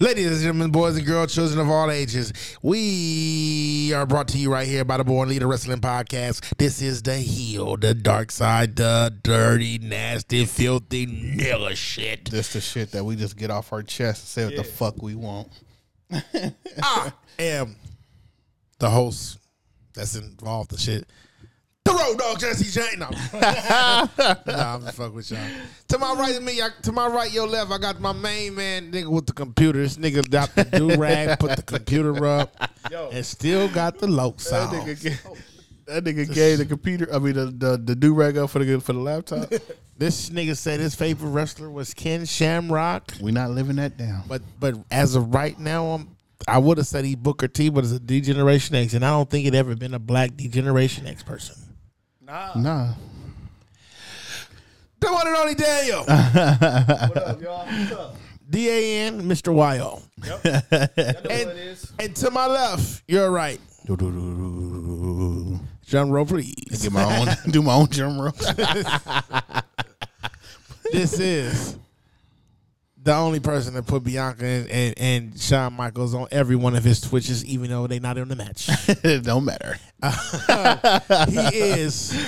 Ladies and gentlemen, boys and girls, children of all ages, we are brought to you right here by the Born Leader Wrestling Podcast. This is the heel, the dark side, the dirty, nasty, filthy nigga shit. That's the shit that we just get off our chest and say what the fuck we want. I am the host that's involved in shit. The road dog Jesse Jane. No, Nah, I'm just fuck with y'all. To my right, me. I, to my right, your left. I got my main man, nigga, with the computer. This nigga dropped the do rag, put the computer up, and still got the low That sound. nigga, gave, that nigga gave the computer. I mean, the the, the do rag up for the for the laptop. This nigga said his favorite wrestler was Ken Shamrock, we not living that down. but but as of right now, I'm. I would have said he Booker T, but it's a D-Generation X, and I don't think it ever been a black D-Generation X person. Nah, The one and only Daniel. up, y'all? What's up? D A N, Mr. Y-O. Y'all know what it And, is. and to my left, you're right. Drum roll, please. get my own. do my own drum roll. This is the only person that put Bianca and, and, and Shawn Michaels on every one of his Twitches, even though they not in the match. it don't matter. he is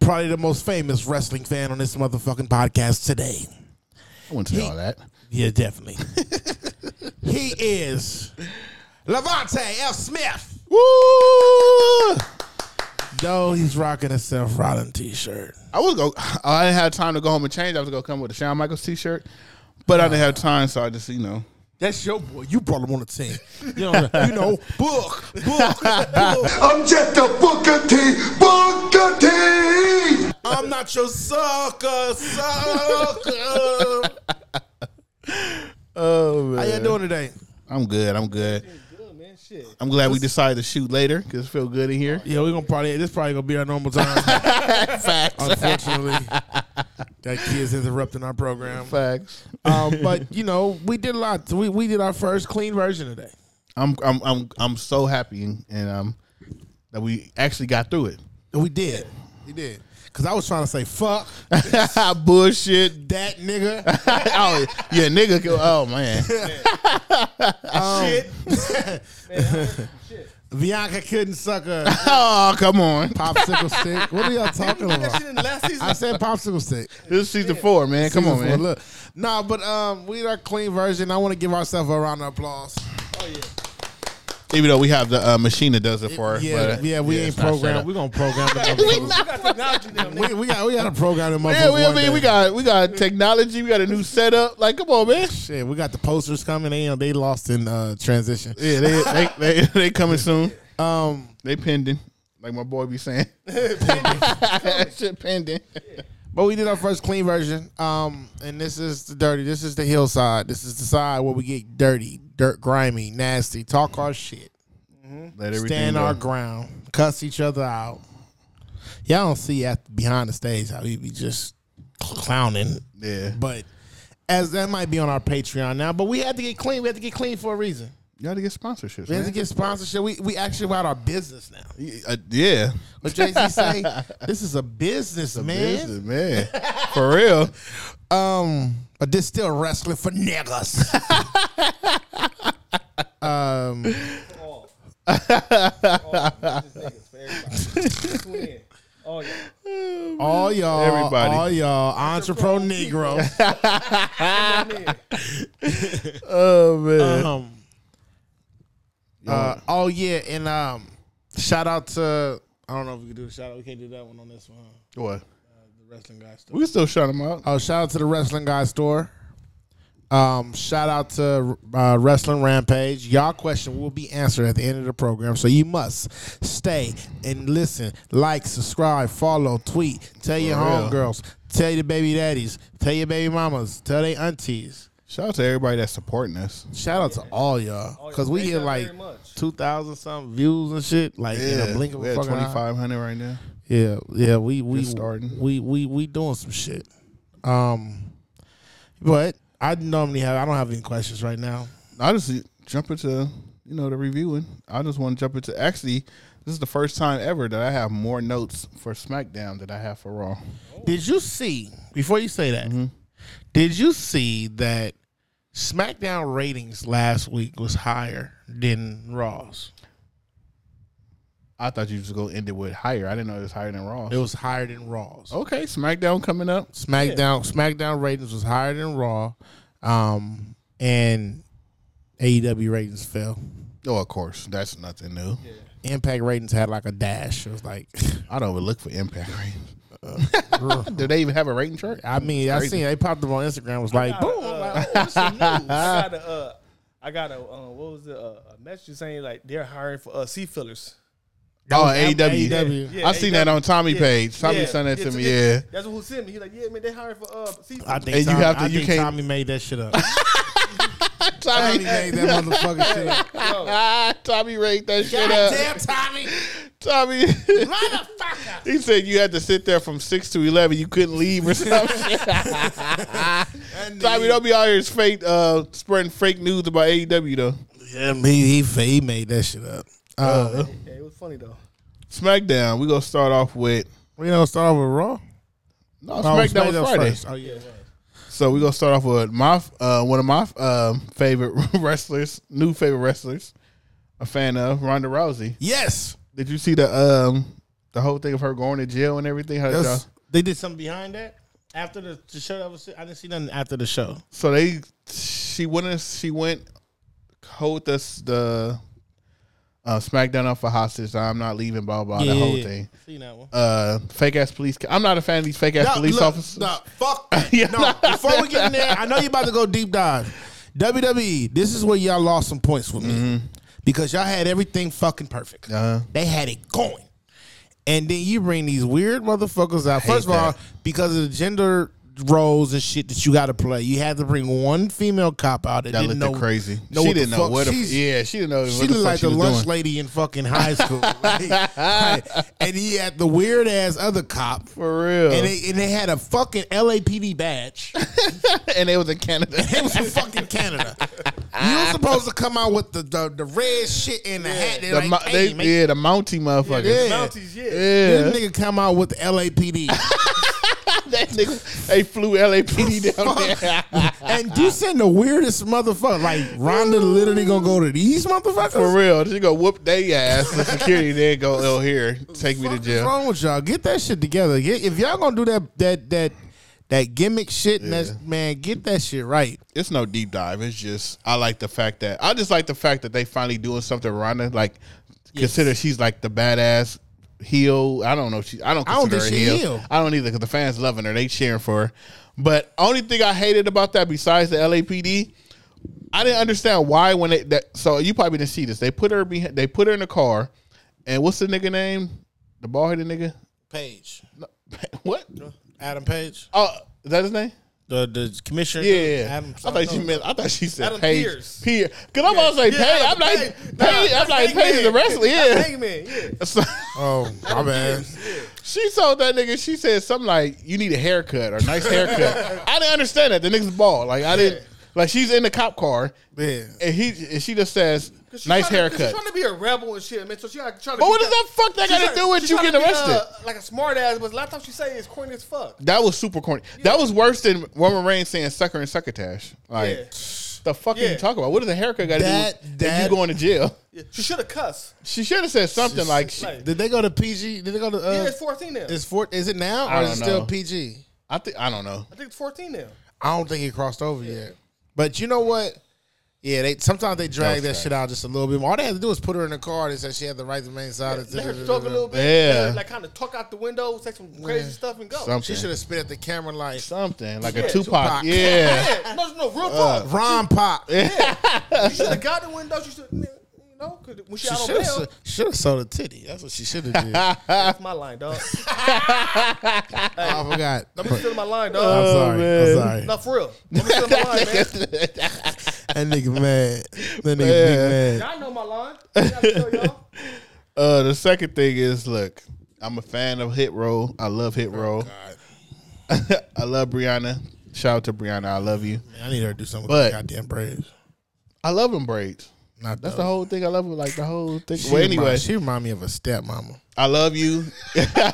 probably the most famous wrestling fan on this motherfucking podcast today. I wouldn't say all that. Yeah, definitely. he is Levante F. Smith. Woo! Though he's rocking a Seth Rollins t-shirt. I was go. I didn't have time to go home and change. I was gonna come with a Shawn Michaels T-shirt, but I didn't have time, so I just you know. That's your boy. You brought him on the team. You know, you know book, book, book. I'm just a Booker T. Booker T. I'm not your sucker, sucker. Oh How you doing today? I'm good. I'm good. Good, man. Shit. I'm glad we decided to shoot later because it feel good in here. Yeah, we're gonna probably this probably gonna be our normal time. Facts. Unfortunately, that kid's interrupting our program. Facts. Um, but you know, we did a lot. We we did our first clean version today. I'm I'm I'm I'm so happy and, and um that we actually got through it. We did. We did. Cause I was trying to say fuck Bullshit. that nigga. oh yeah, nigga. go- Oh man. Bianca couldn't suck a Oh come on. popsicle stick. What are y'all talking about? Shit in the last season. I said popsicle stick. This is season four, man. Come on, Season four, man. Look, nah, but um, we are clean version. I want to give ourselves a round of applause. Oh, yeah. Even though we have the uh, machine that does it for us. yeah, but, uh, yeah, we ain't it's not set programmed. up. We gonna program them. We got technology now, man. we, we got we got a program them. Yeah, we, I one mean, day. we got we got technology. We got a new setup. Like, come on, man. shit. We got the posters coming in. They lost in uh, transition. Yeah, they they, they they coming soon. Um, They pending. Like my boy be saying. Shit pending. But we did our first clean version. Um, and this is the dirty. This is the hillside. This is the side where we get dirty, dirt, grimy, nasty. Talk our shit, Let everything stand our go. ground, cuss each other out. Y'all don't see at behind the stage how we be just clowning. Yeah. But as that might be on our Patreon now, but we had to get clean. We had to get clean for a reason. You got to get sponsorships. We had to man. get sponsorship. We we actually about our business now. Uh, yeah. But Jay Z say this is a business, man. Business, man. For real. Um, but this still wrestling for niggas. Um, All. All. Just niggas for everybody. Just win. Oh, yeah. All y'all, Everybody. all y'all, entrepreneur negro. Oh, man. um, uh, oh yeah, and um, shout out to I don't know if we can do a shout out. We can't do that one on this one. huh? what? The wrestling guy store. We can still shout them out. Oh, shout out to the wrestling guy store. Um, shout out to uh, Wrestling Rampage. Y'all question will be answered at the end of the program, so you must stay and listen, like, subscribe, follow, tweet, tell your For real. homegirls, tell your baby daddies, tell your baby mamas, tell they aunties. Shout out to everybody that's supporting us. Shout out to all y'all because we Thank hit y'all like very much. two thousand something views and shit, like in a blink of we a at fucking twenty eye. five hundred right now. Yeah, yeah, we we Just starting. we we we doing some shit. Um, but I normally have I don't have any questions right now. I just jump into you know the reviewing. I just want to jump into actually. This is the first time ever that I have more notes for SmackDown than I have for Raw. Mm-hmm. Did you see before you say that? Did you see that SmackDown ratings last week was higher than Raw's. I thought you just go end it with higher. I didn't know it was higher than Raw. It was higher than Raw's. okay, SmackDown coming up. SmackDown SmackDown ratings was higher than Raw, um, and AEW ratings fell. Oh, of course, that's nothing new. Impact ratings had like a dash. It was like, I don't even look for impact rating. Do they even have a rating chart? I mean, I seen they popped up on Instagram. Was like, Boom. boom. I'm like, oh, what's the news? I got a, uh, I got a, uh, what was the uh, a message saying like they're hiring for uh, sea fillers. Oh, was AEW. AEW. I seen that on Tommy page. Tommy sent that to me. E Yeah. That's who sent me. He's like, yeah, man, they hiring for uh, sea fillers. I think And you Tommy, have to- I you think can't- Tommy made that shit up. Tommy Tommy, made that motherfucking shit up. ah, Tommy raked that shit up. Goddamn, Tommy, Tommy, motherfucker. he said you had to sit there from six to eleven. You couldn't leave or something. Tommy, don't be out here fake, uh, spreading fake news about AEW though. Yeah, me, he, he made that shit up. Uh, yeah, it was funny though. SmackDown. We gonna start off with we don't start with Raw. no SmackDown, was Friday. first. Oh yeah, So we're gonna start off with my uh, one of my um favorite wrestlers, new favorite wrestlers, a fan of Ronda Rousey. yes. Did you see the um the whole thing of her going to jail and everything? uh, How did That's- y'all- They did something behind that after the, the show. That was I didn't see nothing after the show. so they she went she went hold this the uh, SmackDown up for hostage. I'm not leaving. Blah blah. the whole thing. Seen that one. Uh, fake ass police. ca- I'm not a fan of these fake ass No, police look, officers. No, fuck. that. No, before we get in there, I know you're about to go deep dive. WWE, this is where y'all lost some points with me because y'all had everything fucking perfect. Mm-hmm. Uh-huh. They had it going, and then you bring these weird motherfuckers out. First of all, that. because of the gender roles and shit that you got to play, you had to bring one female cop out that, That didn't looked know crazy. know what she the didn't know fuck what. The, she's- yeah, she didn't know. She what the looked fuck like the was lunch doing. lady in fucking high school. Like, like, and he had the weird ass other cop. For real. And they, and they had a fucking LAPD badge. and it was in Canada. It was from fucking Canada. You were supposed to come out with the the, the red shit in the hat. They're the, like, mo- hey, they, man, yeah, the Mountie motherfuckers. Yeah. Mounties, yeah. Yeah, this nigga come out with the LAPD. that nigga, they flew LAPD down there. and you send the weirdest motherfucker. Like, Rhonda literally gonna go to these motherfuckers? For real, she go whoop they ass the security. Then go ill here, take me to fuck is jail. wrong with y'all? Get that shit together. Get, if y'all gonna do that that that that gimmick shit, and that's, man, get that shit right. It's no deep dive. It's just I like the fact that I just like the fact that they finally doing something. Ronda like consider she's like the badass heel. I don't know. She I don't I don't consider think her she heel. heel. I don't either because the fans loving her. They cheering for her. But only thing I hated about that besides the LAPD. I didn't understand why when they that so you probably didn't see this. They put her behind, they put her in the car, and what's the nigga name? The bald headed nigga. Page, What? Adam Page, Oh, is that his name? the the commissioner. Yeah, yeah. Adam, I thought she meant. I thought she said Adam Paige. Pierce. Pierce. Cause I'm always like Yeah, Paige. I'm Adam like Page. Paige. Nah, I'm that's like Paige is the Hangman. wrestler. Yeah. Hangman, yeah. So, oh my bad. she told that nigga. She said something like, "You need a haircut or nice haircut." I didn't understand that. The nigga's bald. Like I didn't. Like she's in the cop car, Yeah. and he and she just says, She "Nice tryna- 'cause She haircut." trying to be a rebel and shit, man. So she like trying to. But be what does that- that fuck she that got to tryna- do with she you tryna getting be, arrested? uh, like a smart ass, but a lot of times she say is corny as fuck. That was super corny. That was worse than Roman Reigns saying "sucker" and "succotash." Like, Yeah. the fuck you Yeah. talking about? What does a haircut got to do That- with that- you going to jail? Yeah. She should have cussed. She should have said something like, she, like- Did they go to PG? Did they go to? Uh, Yeah, it's 14 now. Is four? Is it now or I is it don't still know. PG? "I think I don't know." I think it's 14 now. I don't think it crossed over yet. But you know what? Yeah, they sometimes they drag that, trash. shit out just a little bit. more. All they had to do was put her in the car. They said she had the right to remain silent. Let her talk a little bit. Yeah. let her, like kind of talk out the window, say some crazy stuff, and go. Something, She should have spit at the camera like something like a Yeah, Tupac. Tupac. Yeah, Yeah, no, no, real Uh. talk. Ron Pop. You should have got the window. You should, you know, 'cause when she, She out on should have bail, sold a titty. That's what she should have did. I that's my line, dog. Oh, forgot. I'm stealing my line, I'm Uh. dog. sorry. Oh, man. I'm sorry. Not for real. I'm stealing my line, man. That nigga mad. That nigga be Man. mad. Y'all know my line. I gotta tell y'all. Uh, the second thing is, look, I'm a fan of Hit Roll. I love Hit Roll. I love Brianna. Shout out to Brianna. I love you. I need her to do something But- with the goddamn braids. I love them braids. Not That's those. the whole thing. I love it. Like the whole thing. She well, remind- anyway, she remind me of a stepmama. I love you.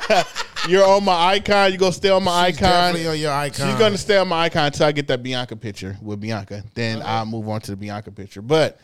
You're on my icon. You go stay on my icon. Definitely on your icon. She's gonna stay on my icon until I get that Bianca picture with Bianca. Then I'll move on to the Bianca picture. But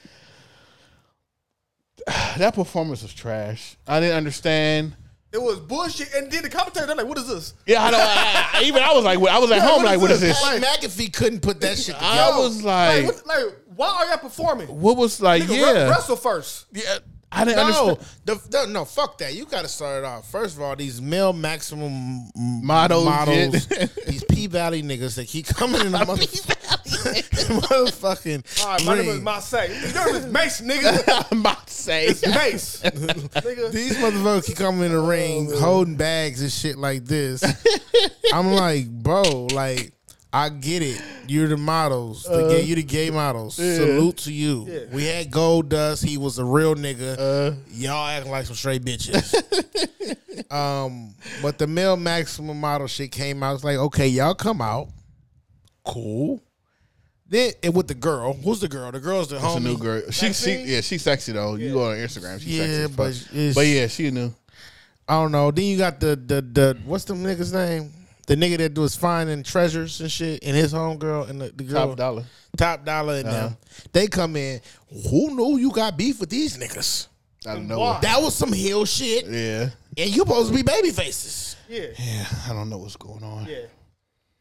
that performance was trash. I didn't understand. It was bullshit. And then the commentary, they're like, what is this? Yeah, I know. I, I- even I was like, I was at home what like, is what is this? this? Pat McAfee couldn't put that shit together. I was like, Like, what, like why are y'all performing? what was like, Nigga, yeah, re- wrestle first. yeah. I didn't No, understand. the, the, no, fuck that. You got to start it off. First of all, these male maximum m- Models, models yeah. these P Valley niggas that keep coming in the motherfucking, motherfucking. All right, my name ring. is Masai. Your name is Mace, nigga. I'm about to say. It's Mace. nigga. these motherfuckers keep coming in the ring holding bags and shit like this. I'm like, bro, like. I get it. You're the models. The gay, you the gay models. Salute to you. We had Gold Dust. He was a real nigga. Y'all acting like some straight bitches. um, but the male maximum model shit came out. It's like, okay, y'all come out. Cool. Then and with the girl, who's the girl? The girl's the It's a homie. new girl. She, she, yeah, she's sexy though. You go on Instagram, she's Yeah, sexy. but But, it's- but yeah, she new. I don't know. Then you got the the the what's the nigga's name? The nigga that was finding treasures and shit, and his homegirl and the, the girl Top dollar. top dollar and them. They come in. Who knew you got beef with these niggas? I don't know. Why? What, That was some heel shit, yeah, and you supposed to be baby faces. Yeah. yeah. I don't know what's going on. Yeah.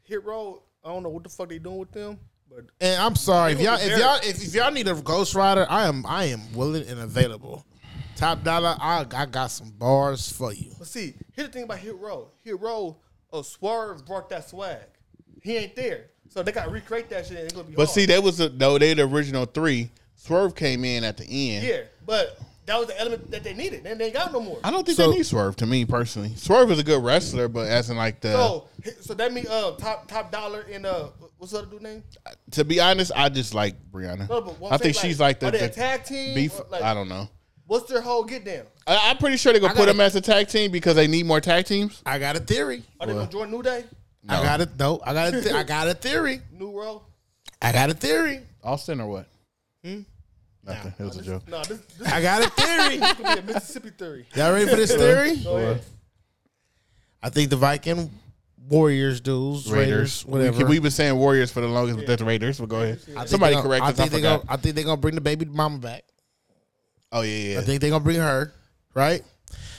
Hit Roll, I don't know what the fuck they doing with them, but And I'm sorry if They y'all was if there. y'all if, if y'all need a Ghost Rider, I am I am willing and available. Top dollar, I I got some bars for you. But see, here's the thing about Hit Row. Hit Row, uh, Swerve brought that swag. He ain't there. So they got to recreate that shit and it's going to be But hard. see, that was the, no. They the original three. Swerve came in at the end. Yeah, but that was the element that they needed. And they ain't got no more. I don't think So- they need Swerve to me personally. Swerve is a good wrestler, but as in like the So, so that means uh, top top dollar in uh, what's the other dude name? to be honest, I just like Brianna. No, but what I'm I think saying, she's like, like the, are they a the tag team Beef. or, like- I don't know. What's their whole get down? I, I'm pretty sure they're gonna put gotta- them as a tag team because they need more tag teams. I got a theory. Are they gonna join New Day, I got it. No, I got a th- I got a theory. New Row? I got a theory. Austin or what? Hmm? Nothing. It was a joke. No, this this I got a theory. is gonna be a Mississippi theory. Y'all ready for this theory? Go ahead. I think the Viking Warriors dudes, Raiders, whatever. We, have been saying Warriors for the longest, but that's Raiders. But go ahead. I think Somebody they gonna- correct I us. I think they forgot. gonna, I think they're gonna bring the baby mama back. oh yeah, yeah. I think they're gonna bring her, right?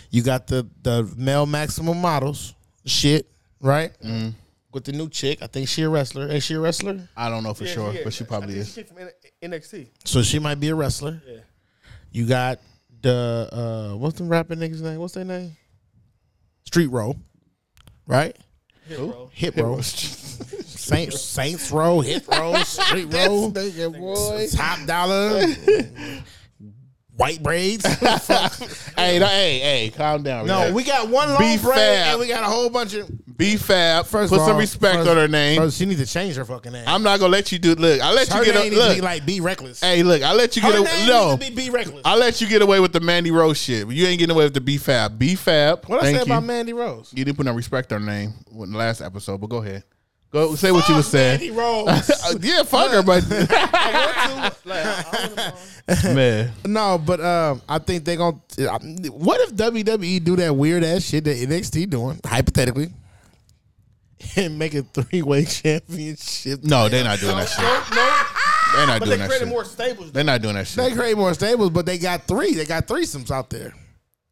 You got the the male maximum models shit, right? Mm-hmm. With the new chick, I think she a wrestler. Is she a wrestler? I don't know for Yeah, sure, yeah. but she I probably think is. She came from N- NXT. So she might be a wrestler. Yeah. You got the uh what's the rapping nigga's name? What's their name? Street Row, right? Hit Row. Hit Row, Saints Saints Row, Hit Row, Street Row, Top Dollar, White Braids. Hey, no, hey, hey, calm down. no, relax. we got one long Be braid fab. and we got a whole bunch of. B Fab. First put of some all, respect first- on her name. First, she needs to change her fucking name. I'm not gonna let you do. Look, I let her you get. name A, needs to look, be like Be Reckless. hey, look, I let you her get. name A, no, needs to be Be Reckless. I let you get away with the Mandy Rose shit. You ain't getting away with the B Fab. B Fab. what I thank said you. about Mandy Rose? You didn't put no respect on her name in the last episode, but go ahead. Go say what you were Mandy saying. Rose. yeah, fuck her, but Like, uh, I, I don't know. man, no, but um, I think they're gonna. What if WWE do that weird ass shit that NXT doing hypothetically, and make a three way championship? no, they're not doing that shit. They're not But doing they that created shit. more stables. They're not doing that shit. They create more stables, but they got three. They got threesomes out there.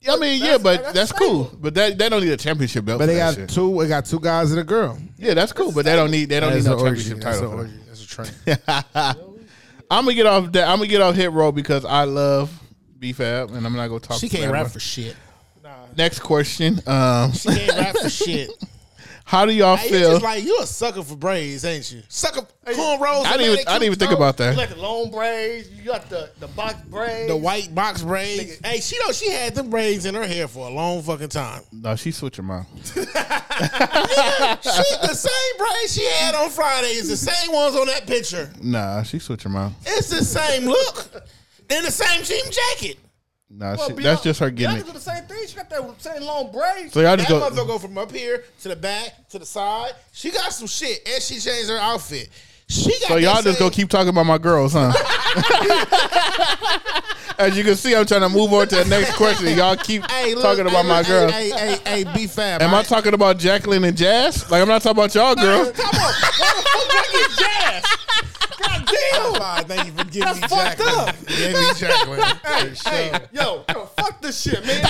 I mean, yeah, but that's, cool. But that they don't need a championship belt. But for they got that shit. two. They got two guys and a girl. yeah, that's cool. But they don't need they don't need That's an no orgy. championship That's title. an for that. orgy. That's a train. I'm gonna get off that. I'm gonna get off hit roll because I love B Fab, and I'm not gonna talk. She can't bad rap about- for shit. Next question. Um, She can't rap for shit. how do y'all Hey, you feel? just like you a sucker for braids, ain't you? Sucker cornrows. I didn't even, I didn't even think about You that. got the long braids. You got the, the box braids. The white box braids. Hey, she know she had them braids in her hair for a long fucking time. No, she switched her mind. She the same braids she had on Friday is the same ones on that picture. Nah, she switched her mind. It's the same look. Then the same jean jacket. Nah, Well, she, Bian- that's just her Bianca gimmick. do the same thing. She got that same long braids. So y'all That just motherfucker go. go from up here to the back to the side. She got some shit, and she changed her outfit. She got So that y'all same- just go keep talking about my girls, huh? As you can see, I'm trying to move on to the next question. Y'all keep Hey, look, talking about hey, my look, girl. Hey, hey, hey, hey, be fab. Am I talking about Jacqueline and Jazz? Like I'm not talking about y'all, girl. talking about? Thank you for giving me Jacqueline. Give me Jacqueline. Hey, yo, yo, fuck this shit, man.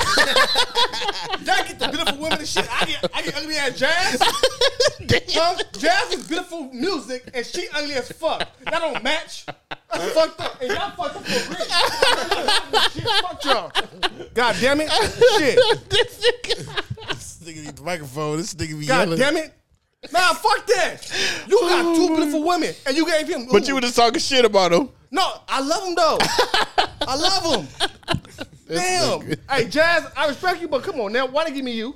Y'all get the beautiful women and shit. I get, I get ugly ass jazz. Huh? Jazz is beautiful music, and she ugly as fuck. Y'all don't match. That's fucked up, and y'all fucked up for rich. shit, fuck y'all. God damn it, shit. This nigga need the microphone. This nigga be God yelling. damn it. Nah, fuck that. You got two beautiful women, and you gave him. Oh, But you were just talking shit about him. No, I love him though. I love him. Damn. Hey, Jazz, I respect you, but come on now. Why they give me you?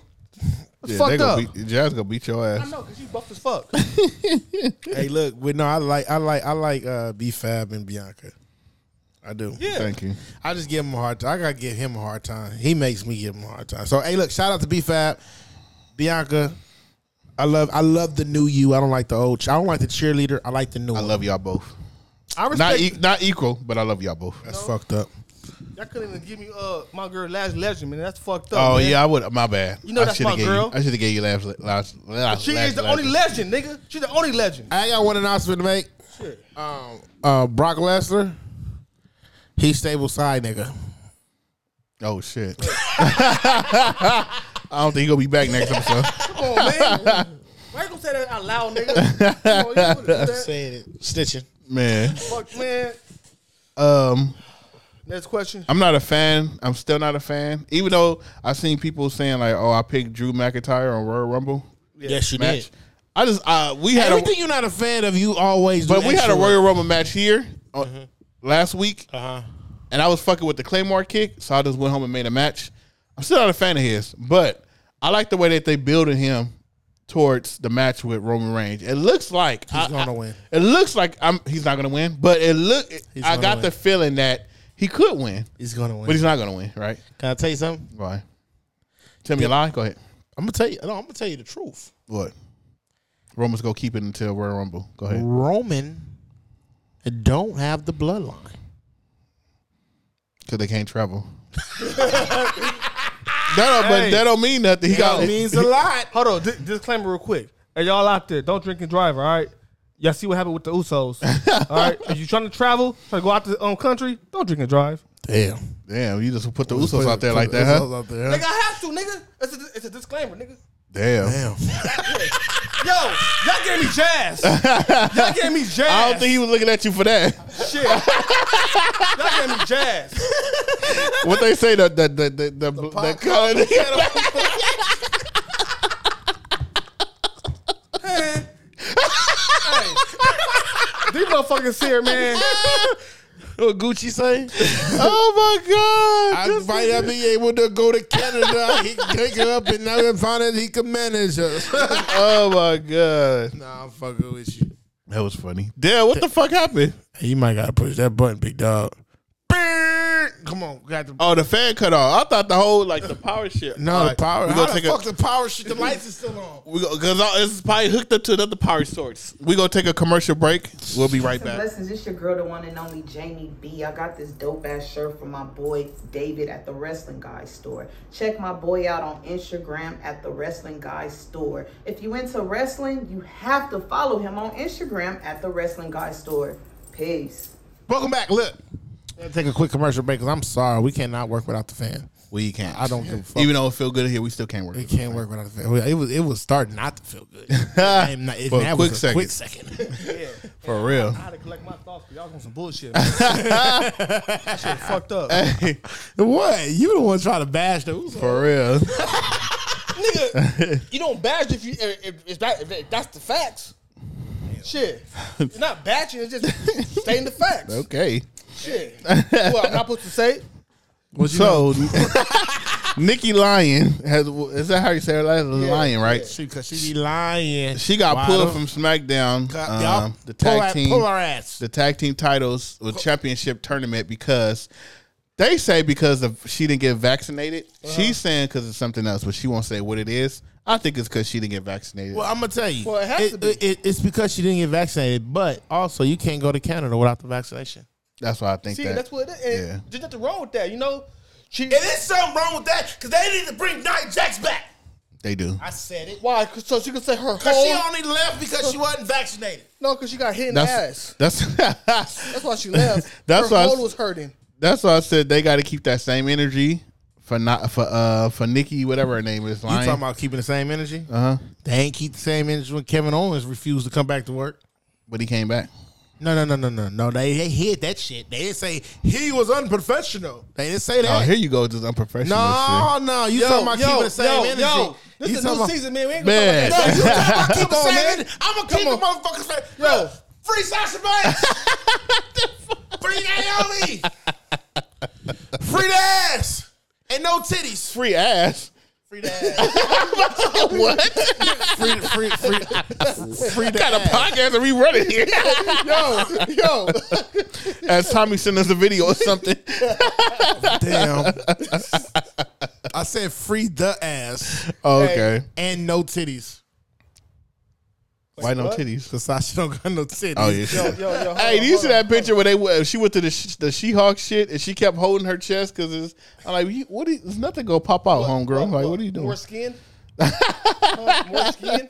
It's fucked up. Beat, Jazz gonna beat your I ass. know, because you buff as fuck. Hey, look, but no, I like, I like, I like uh, B Fab and Bianca. I do. Thank you. I just give him a hard time. I gotta give him a hard time. He makes me give him a hard time. So hey, look, shout out to B Fab, Bianca. I love, I love the new you. I don't like the old. ch- I don't like the cheerleader. I like the new. I love y'all both. I Not respect. e- not equal, but I love y'all both. That's fucked up. Y'all couldn't even give me uh my girl last legend, man. That's fucked up. Oh man. yeah, I would. My bad. You know I that's shoulda my gave girl. You, I should have gave you last. last, last She last- is the last- only legend, nigga. She's the only legend. I got one announcement to make. Um, uh, Brock Lesnar, he's stable side nigga. Oh shit. I don't think he gonna be back next episode. Come on, man. Why you gonna say that out loud, nigga? Come on, you wouldn't do that. Saying it, stitching. Man, Fuck, man. um, Next question. I'm not a fan. I'm still not a fan. Even though I've seen people saying like, "Oh, I picked Drew McIntyre on Royal Rumble Yes, you match." I just uh, we did. had a, Everything you're not a fan of, you always. do but we had a extra Royal Rumble match here on, last week, Uh-huh. and I was fucking with the Claymore kick, so I just went home and made a match. I'm still not a fan of his, but I like the way that they building him towards the match with Roman Reigns. It looks like he's gonna win. It looks like I'm he's not gonna win, but it look He's I gonna got win. the feeling that he could win, He's gonna but win. he's not gonna win, right? Can I tell you something? Why? Tell me a lie. Go ahead. I'm gonna tell you. No, I'm gonna tell you the truth. What? Roman's gonna keep it until Royal Rumble. Go ahead. Roman don't have the bloodline. Because they can't travel. that don't, but that don't mean nothing. He got a lot. Hold on, di- disclaimer real quick. Hey, y'all out there, don't drink and drive, all right? Y'all see what happened with the Usos, all right? If you trying to travel, trying to go out to the own country, don't drink and drive. Damn. Damn, you just put the Usos out there like that, huh? Nigga, I have to, nigga. It's a, it's a disclaimer, nigga. Damn. Damn. Yo, y'all gave me jazz. Y'all gave me jazz. I don't think he was looking at you for that. shit. y'all gave me jazz. what they say the the the the, the, the, color. These motherfuckers here, man. What Gucci say? oh my god! I might not be able to go to Canada. He can pick it up and now we find out he can manage us. oh my god! nah, I'm fucking with you. That was funny. Damn, what the fuck happened? You might gotta push that button, big dog. Come on, got the Oh, the fan cut off. I thought the whole like the power shit. no All the right, power. We How gonna the take fuck a the power? Shit, the lights is still on. we go because it's probably hooked up to another power source. We gonna take a commercial break. We'll be right back. Blessings, it's your girl, the one and only Jamie B. I got this dope ass shirt from my boy David at the Wrestling Guy store. Check my boy out on Instagram at the Wrestling Guy store. If you into wrestling, you have to follow him on Instagram at the Wrestling Guy store. Peace. Welcome back. Look, Gotta take a quick commercial break because I'm sorry we cannot work without the fan. We can't. I don't give a fuck. Even though it feel good here, we still can't work. It can't work without the fan. It was it was starting not to feel good. I am not, it, For a that quick was a second. quick second. For real. I had to collect my thoughts, but y'all on some bullshit. Man. that shit fucked up. what? You the one trying to bash the Usos. For real. nigga, you don't badge if you if, if, if that, if that's the facts. Shit, you're not batching. It's just stating the facts. Okay. Shit, well, I'm not supposed to say. it? so, Nikki Lyon has is that how you say her last name? Lyon, right? She, cause she be lying. She got Why pulled the- from SmackDown, God, um, y'all the pull, tag her, team, pull her ass. the tag team titles with championship tournament because they say because of she didn't get vaccinated. Uh-huh. She's saying because of something else, but she won't say what it is. I think it's because she didn't get vaccinated. Well, I'm gonna tell you, Well, it has to be. it's because she didn't get vaccinated. But also, you can't go to Canada without the vaccination. That's why I think See, that. that's what it is. Yeah. And There's nothing wrong with that, you know? She, And there's something wrong with that because they need to bring Nia Jax back. They do. I said it. why? 'Cause- So she could say her Because she whole. only left because she wasn't vaccinated. no, because she got hit in the That's ass. that's That's why she left. That's her why I hole s- was hurting. that's why I said they got to keep that same energy for not for uh for Nikki whatever her name is. You Lion. talking about keeping the same energy? uh huh? They ain't keep the same energy when Kevin Owens refused to come back to work. But he came back. No, no, no, no, no, no. They they hid that shit. They didn't say he was unprofessional. They didn't say Oh, that. here you go, just unprofessional. no, no. You talking about keeping the same energy? This you is talking new about, season, man. We ain't shit. gonna man. No, you talking about keeping the Come on, same man. energy? I'm gonna keep the motherfuckers straight. Yo, free Sasha Banks. free Naomi. free the ass. Ain't no titties. free ass. Free the ass. what? Free, free, free, free the Got a ass. podcast and we running here. talk about Yo, yo. As Tommy sent us a video or something. Damn. I said free the ass Oh, okay. and no titties. Why no titties? Cause Sasha don't got no titties. Oh yeah. Yo, yo, yo. Hey, do you see that picture where they where she went to the sh- the She-Hulk shit and she kept holding her chest because it's I'm like you- what is there's nothing gonna pop out, homegirl. like what are you doing? More skin? Huh? More skin?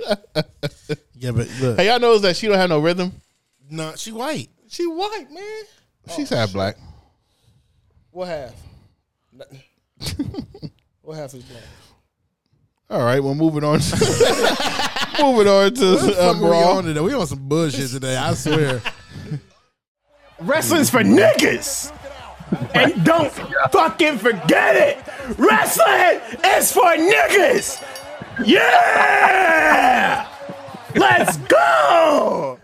Yeah, but look. Hey, y'all knows that she don't have no rhythm. No, she white. She white, man. She's half black. What half? Nothing. what half is black? All right, well moving on. moving on to uh, Fuck, we Raw. on today. We on some bullshit today. I swear. Wrestling's for niggas. And don't fucking forget it. Wrestling is for niggas. Yeah! Let's go!